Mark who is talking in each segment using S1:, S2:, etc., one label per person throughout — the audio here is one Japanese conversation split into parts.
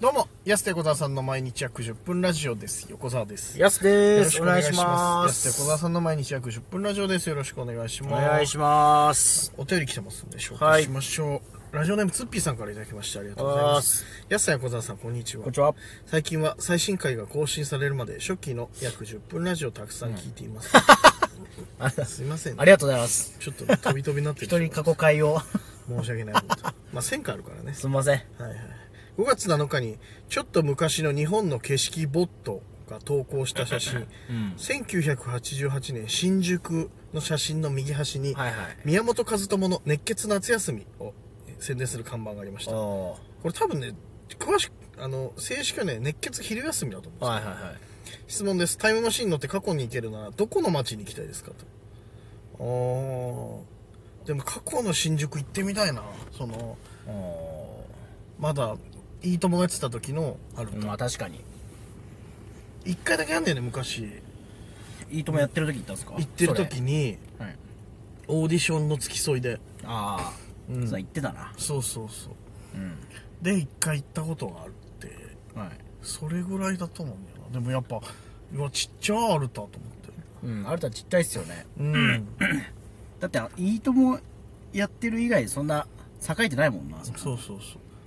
S1: どうも、安手小沢さんの毎日約10分ラジオです。横澤です。
S2: やすで
S1: よろ
S2: す
S1: しく
S2: お
S1: お願い
S2: 願い
S1: し
S2: し
S1: ま。
S2: ますす
S1: 安手小沢さんの毎日約10分ラジオです。よろしくお願いし
S2: お
S1: ます。
S2: 願いします
S1: お便り来てますんで紹
S2: は
S1: 介
S2: い
S1: しましょう。ラジオネームツッピーさんからいただきましてありがとうございます。安田横澤さん、こんにちは。
S2: は
S1: 最近は最新回が更新されるまで初期の約10分ラジオをたくさん聞いています。 すいません、
S2: ありがとうございます
S1: ちょっと飛び飛びにな って
S2: 一人過去会を
S1: 申し訳ないこと。まあ1000回あるからね。
S2: すみません
S1: はいはい、5月7日にちょっと昔の日本の景色ボットが投稿した写真、
S2: うん
S1: 1988年新宿の写真の右端に、
S2: はいはい
S1: 宮本和友の「熱血夏休み」を宣伝する看板がありましたこ
S2: お
S1: れ多分ね詳しくあの正式はね熱血昼休みだと思うん
S2: ー
S1: です
S2: はいはいはい
S1: 質問ですタイムマシンに乗って過去に行けるならどこの街に行きたいですかとおーでも過去の新宿行ってみたいなその
S2: お
S1: まだいい友達だった時のある
S2: ーまあ確かに
S1: 一回だけあんだよね昔
S2: いいともやってる時行ったんですか
S1: 行ってる時に
S2: それはい
S1: オーディションの付き添いで
S2: ああ、
S1: うん
S2: そう言ってたな
S1: そうそうそう
S2: うん
S1: で一回行ったことがあるって
S2: はい
S1: それぐらいだと思うんだよなでもやっぱうわちっちゃいアルタと思って
S2: うんあなたちっちゃいっすよね
S1: うん
S2: だっていいともやってる以外そんな栄えてないもんな
S1: そ
S2: そ
S1: うそうそう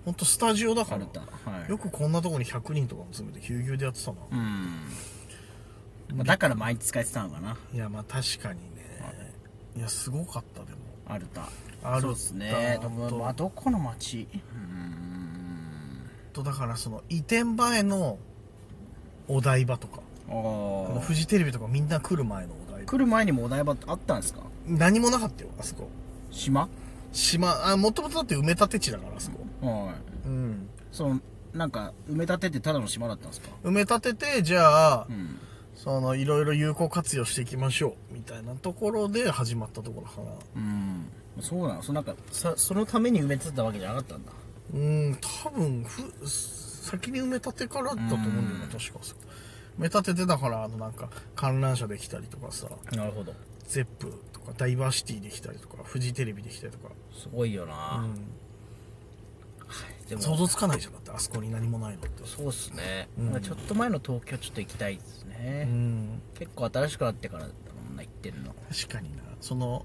S1: ほんとスタジオだ
S2: ア
S1: から
S2: ルタはい
S1: よくこんなとこに100人とかも詰めてぎゅうぎゅうでやってたな
S2: うん、まあ、だから毎日使えてたのかない
S1: やまあ確かにねいやすごかったでも
S2: アルタ
S1: アルタ
S2: そうですね
S1: と
S2: ど,、まあ、どこの町うん
S1: とだからその移転前のお台場とかあの
S2: あ
S1: フジテレビとかみんな来る前のお台
S2: あ
S1: 場
S2: 来る前にもお台場ってあったんですか
S1: 何もなかったよあそこ
S2: 島
S1: 島あもともとだって埋め立て地だからあそこ
S2: はい
S1: うん
S2: そのなんか埋め立てってただの島だったんですか
S1: 埋め立ててじゃあ、
S2: うん
S1: そのいろいろ有効活用していきましょうみたいなところで始まったところかな
S2: うんそうなのそのなんかさそのために埋め立てたわけじゃなかったんだ
S1: うん多分ふ先に埋め立てからだと思うんだよな確かそう埋め立ててだからあのなんか観覧車できたりとかさ
S2: なるほど
S1: ゼップとかダイバーシティできたりとかフジテレビできたりとか、
S2: すごいよ
S1: う
S2: な、
S1: ん、
S2: でも
S1: 想像つかないじゃんだってあそこに何もないのって
S2: そうっすね、
S1: うん
S2: まあちょっと前の東京ちょっと行きたいですね、
S1: うん
S2: 結構新しくなってからだもんな行ってんの
S1: 確かになその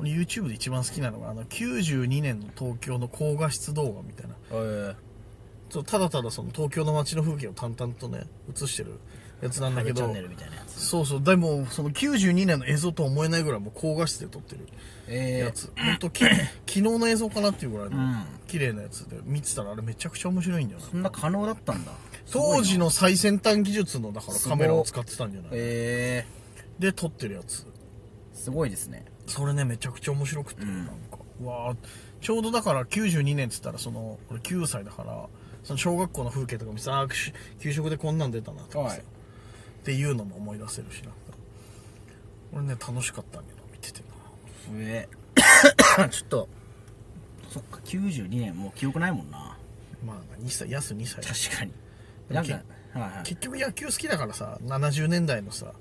S1: 俺 YouTube で一番好きなのがあの92年の東京の高画質動画みたいな
S2: え
S1: そうただただその東京の街の風景を淡々とね映してるやつなんだけ
S2: チャン
S1: ど
S2: ネルみたいなやつ
S1: そうそうでもその92年の映像とは思えないぐらいもう高画質で撮ってるや
S2: え
S1: つ、ほんと き昨日の映像かなっていうぐらいの
S2: うん
S1: 綺麗なやつで見てたらあれめちゃくちゃ面白いんだよ
S2: そ
S1: なん
S2: な可能だったんだ
S1: 当時
S2: の
S1: の最先端技術のだから
S2: すごい
S1: カメラを使ってたんじゃない
S2: え
S1: で撮ってるやつ
S2: ー、すごいですね
S1: それねめちゃくちゃ面白くて、
S2: ん
S1: なんかうわあちょうどだから92年っつったらその俺9歳だからその小学校の風景とか見てさあーし給食でこんなん出たなとかさ、
S2: はい
S1: っていうのも思い出せるしなんか俺ね楽しかったんけど見ててな
S2: え ちょっとそっか92年もう記憶ないもんな
S1: まあ2歳やす2歳
S2: 確かに
S1: で
S2: な
S1: も
S2: ん
S1: け
S2: かはいはい
S1: 結局野球好きだからさ70年代のさ
S2: う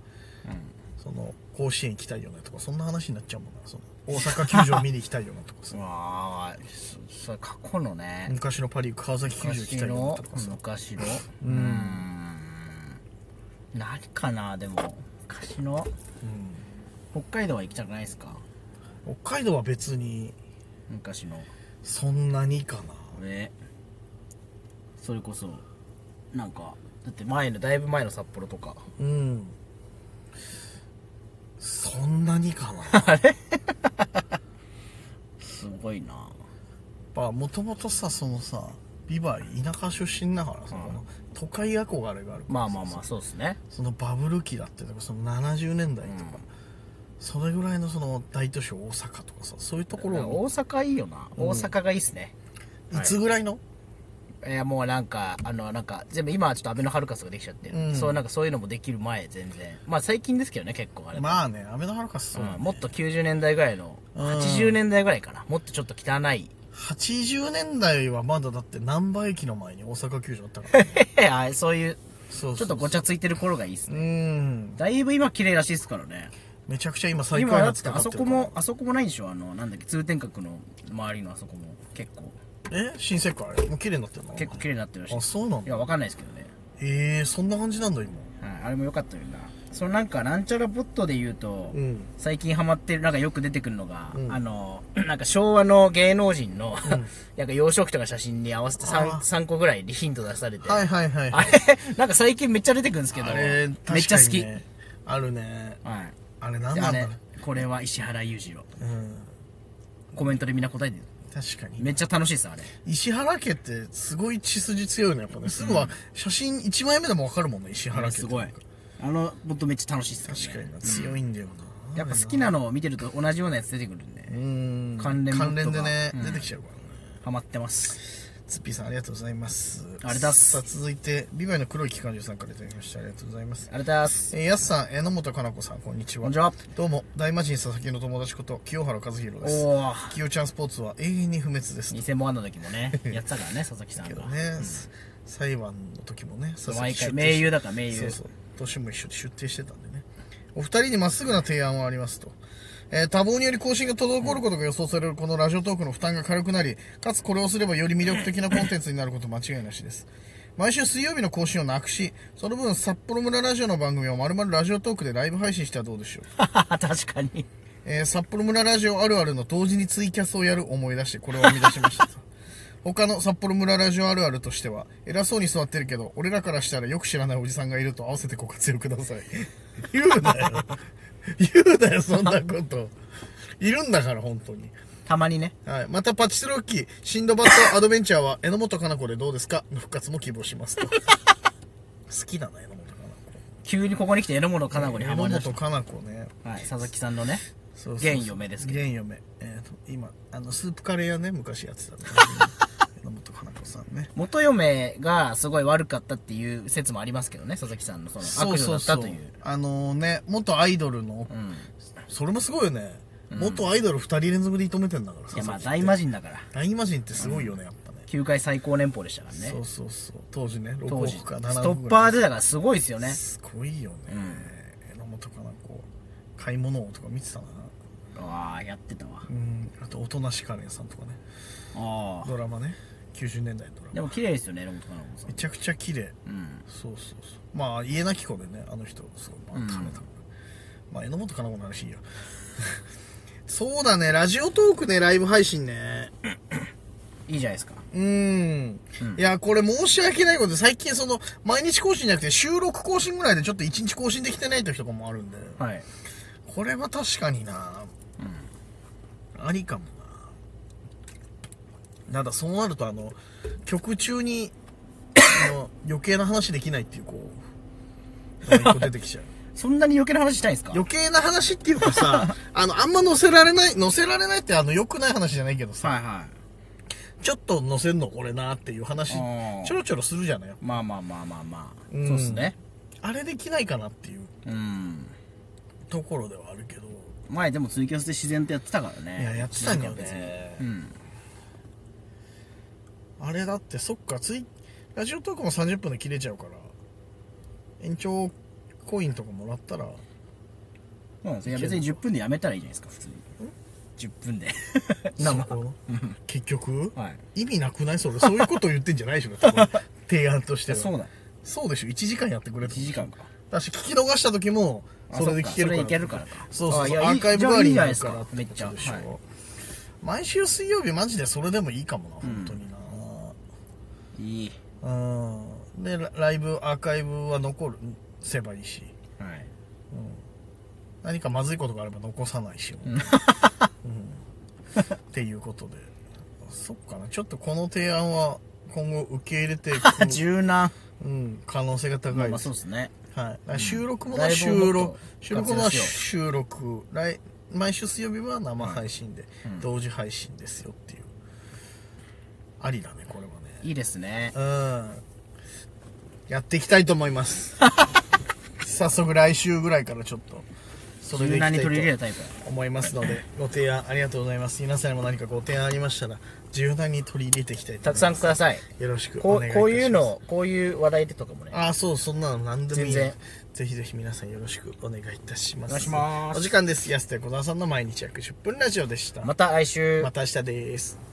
S1: その甲子園行きたいよねとかそんな話になっちゃうもんなその大阪球場見に行きたいよなとかさ
S2: ん うわーそそれ過去のね
S1: 昔のパ・リーグ川崎球場行き
S2: 昔
S1: たいよ
S2: の
S1: なとかさ
S2: 昔のうん何かなでも昔の
S1: うん
S2: 北海道は行きたくないですか
S1: 北海道は別に
S2: 昔の
S1: そんなにかな
S2: ねそれこそなんかだって前のだいぶ前の札幌とか
S1: うんそんなに かなやっ
S2: すごいな
S1: ぱもともとさそのさビバイ田舎出身だからさ、この都会憧れがあるからさ
S2: まあまあまあそうですね
S1: そのバブル期だってとかその70年代とか、それぐらいのその大都市大阪とかさそういうとこ
S2: なんか
S1: ろ
S2: 大阪いいよな、大阪がいいっすね
S1: いつぐらいの、
S2: いやもうなんかあのなんか全部今はちょっとアベノハルカスができちゃってる、
S1: うん
S2: そうなんかそういうのもできる前全然まあ最近ですけどね結構あれ、
S1: まあねアメノハルカスそう、
S2: うんもっと90年代ぐらいの
S1: うん
S2: 80年代ぐらいかなもっとちょっと汚い
S1: 80年代はまだだって難波駅の前に大阪球場あった から、ね、
S2: あそういう
S1: そうそうそう
S2: ちょっとごちゃついてる頃がいいっす
S1: う
S2: ね
S1: ん
S2: だいぶ今綺麗らしいっすからね
S1: めちゃくちゃ今最高
S2: 今
S1: に
S2: だ
S1: な
S2: っ
S1: ってか
S2: てあ
S1: かって
S2: そ
S1: る
S2: こ
S1: から
S2: もあそこもないんでしょあのなんだっけ通天閣の周りのあそこも結構
S1: え新世界もう綺麗になってるの
S2: 結構綺麗になってるらしい
S1: あそうなん
S2: い
S1: だ
S2: やわかんないですけどね、
S1: ええー、そんな感じなんだ今
S2: はい、あれも良かったよなそのなんかなんちゃらボットで言うと、
S1: うん
S2: 最近ハマってるなんかよく出てくるのが、
S1: ん
S2: あの なんか昭和の芸能人の、 なんか幼少期とか写真に合わせて 3,
S1: あー
S2: 3個ぐらいヒント出されて、
S1: はいはいはい
S2: あ
S1: はい
S2: れ なんか最近めっちゃ出てくるんですけど
S1: あれ確かに、ね、
S2: めっちゃ好き、
S1: あるね
S2: はい
S1: あれ何
S2: で
S1: な
S2: あ
S1: んだ
S2: れ
S1: ろう
S2: これは石原裕次郎
S1: うん
S2: コメントでみんな答えてる
S1: 確かに
S2: めっちゃ楽しいですあれ
S1: 石原家ってすごい血筋強いよねやっぱねすぐは写真1枚目でも分かるもんね石原家って
S2: すごいあのボットめっちゃ楽しいです
S1: 確かにな
S2: ね
S1: 強いんだよな
S2: やっぱ好きなのを見てると同じようなやつ出てくるんで
S1: うん
S2: 関連ボ
S1: 関
S2: ットが
S1: 連でね
S2: うん
S1: 出てきちゃうからね
S2: ハマってます
S1: ツッピーさんありがとうございます
S2: ありがとうございます
S1: さあ続いてビバイの黒い機関銃さんからいただきましたありがとうございます
S2: ありがとうございます
S1: えー、やすさん、榎本かな子さん、こんにちは。
S2: こんにちは
S1: どうも、大魔神佐々木の友達こと、清原和弘で
S2: お
S1: す。
S2: お
S1: きよちゃんスポーツは永遠に不滅です。
S2: 偽物の時 もねやってたからね佐々木さん
S1: けど
S2: が、
S1: ね、裁判の時もね、佐
S2: 毎
S1: 出
S2: 回
S1: 廷
S2: 名優だから名優
S1: そうそう。年も一緒で出廷してたんでね。お二人にまっすぐな提案はありますと。えー多忙により更新が滞ることが予想されるこのラジオトークの負担が軽くなり、かつこれをすればより魅力的なコンテンツになること間違いなしです。毎週水曜日の更新をなくし、その分札幌村ラジオの番組をまるまるラジオトークでライブ配信してはどうでしょう
S2: 確かに
S1: えー札幌村ラジオあるあるの同時にツイキャスをやる思い出してこれを生み出しま したと他の札幌村ラジオあるあるとしては偉そうに座ってるけど俺らからしたらよく知らないおじさんがいると合わせてご活用ください 言うなよ言うなよそんなこといるんだから本当に
S2: たまにね
S1: はい、またパチスロッキー、シンドバッドアドベンチャー は榎本かな子でどうですかの復活も希望しますと。好きだな、榎本か
S2: 急にここに来て榎本か
S1: な
S2: な
S1: 子。
S2: 子にハマりだした
S1: 榎本かな子ね。
S2: はい佐々木さんのね
S1: そうそうそう
S2: 現嫁ですけど
S1: 現嫁えっ、と今あのスープカレー屋ね昔やってた の榎本花子さんね
S2: 元嫁がすごい悪かったっていう説もありますけどね佐々木さんのその悪女だったという
S1: あのね元アイドルの、
S2: うん
S1: それもすごいよね、元アイドル2人連続で射止めてんだから
S2: いやまあ
S1: 佐々木
S2: 大
S1: って
S2: 魔人だから
S1: 大魔人ってすごいよね、やっぱね
S2: 球界最高年俸でしたからね
S1: そうそうそう当時ね6
S2: 当時
S1: 億
S2: ス
S1: か
S2: ト
S1: 7億
S2: ッパーでだからすごいですよ
S1: ね
S2: ね
S1: すごいよね、榎本かな子買い物王とか見てたな
S2: ああやってたわ
S1: うんあとおとなしカレンさんとかね
S2: ああ
S1: ドラマね90年代のドラマ
S2: でも綺麗ですよね榎本かな子さ
S1: めちゃくちゃ綺麗
S2: んうん
S1: そうそうそうまあ家なき子でねあの人すごいまあ食べた、まあ榎本かな子の話いいよ そうだねラジオトークでライブ配信ね
S2: いいじゃないですか
S1: うーん、いやこれ申し訳ないことで最近その毎日更新じゃなくて収録更新ぐらいでちょっと1日更新できてない時とかもあるんで
S2: はい
S1: これは確かにな、ありかもなただそうなるとあの曲中にあの余計な話できないっていうこうのが一個出てきちゃう
S2: そんなに余計な話したいんですか
S1: 余計な話っていうか さあのあんま載せられない載せられないってあの良くない話じゃないけどさ
S2: はいは
S1: ちょっと載せんのこれなっていう話
S2: うん
S1: ちょろちょろするじゃない
S2: いまあまあまあまあまあ
S1: うん
S2: そうっすね
S1: あれできないかなっていう
S2: うん
S1: ところではあるけど
S2: 前でもツイキャスで自然とやってたからね
S1: いややってたんだよ
S2: なんか
S1: ね
S2: 別にうん
S1: あれだってそっかついラジオトークも30分で切れちゃうから延長コインとかもらったら
S2: そうなんですよいや別に10分でやめたらいいじゃないですか普通に10分で
S1: 生結局、
S2: はい
S1: 意味なくないそれそういうことを言ってんじゃないでしょ多分 提案とし
S2: い
S1: て
S2: や
S1: は
S2: そうだ
S1: そうでしょ1時間やってくれた
S2: 1時間か
S1: だし聞き逃した時も
S2: あ
S1: それで
S2: っか
S1: 聞けるから
S2: それいけるからか
S1: そうそう
S2: あい
S1: そう
S2: や
S1: ア
S2: い
S1: ー
S2: い
S1: カイブ代わりに
S2: じゃ
S1: な
S2: あいい
S1: る
S2: じ
S1: か
S2: ゃない
S1: ら
S2: ですかめっちゃ
S1: てことでしょ
S2: はい
S1: 毎週水曜日マジでそれでもいいかもな本当にな、
S2: いい
S1: うんでラライブアーカイブは残るせばいいし
S2: はい
S1: 何かまずいことがあれば残さないし、うんっていうことでそっかなちょっとこの提案は今後受け入れてい く、
S2: 柔軟
S1: うん、可能性が高
S2: まあ
S1: い
S2: まあ
S1: です、
S2: そうですね
S1: はい、だから収録も
S2: ラ
S1: な
S2: イブをも
S1: 収
S2: っ
S1: 録
S2: と
S1: 収録もな
S2: 活用
S1: 収録来毎週水曜日は生配信で、同時配信ですよっていうありだねこれはね
S2: いいですね
S1: うん。やっていきたいと思い ます。早速来週ぐらいからちょっと、それで
S2: 柔
S1: いきた
S2: 軟
S1: い
S2: に取り入れる
S1: と
S2: タイプ
S1: 思いますので、ご提案ありがとうございます。皆さんにも何かご提案ありましたら、柔軟に取り入れていきたいと
S2: た
S1: 思
S2: く
S1: い
S2: さ
S1: ま
S2: ん
S1: す。
S2: ください
S1: よろしくお
S2: こ
S1: 願いいうたします。
S2: こういうのこういう話題でとかもね
S1: ああ、そう、そんなの何でもいいの
S2: 全然
S1: で。ぜひぜひ皆さんよろしくお願いいたします。
S2: お願いします
S1: お時間です。安田小沢さんの毎日約10分ラジオでした。
S2: また来週
S1: また明日です。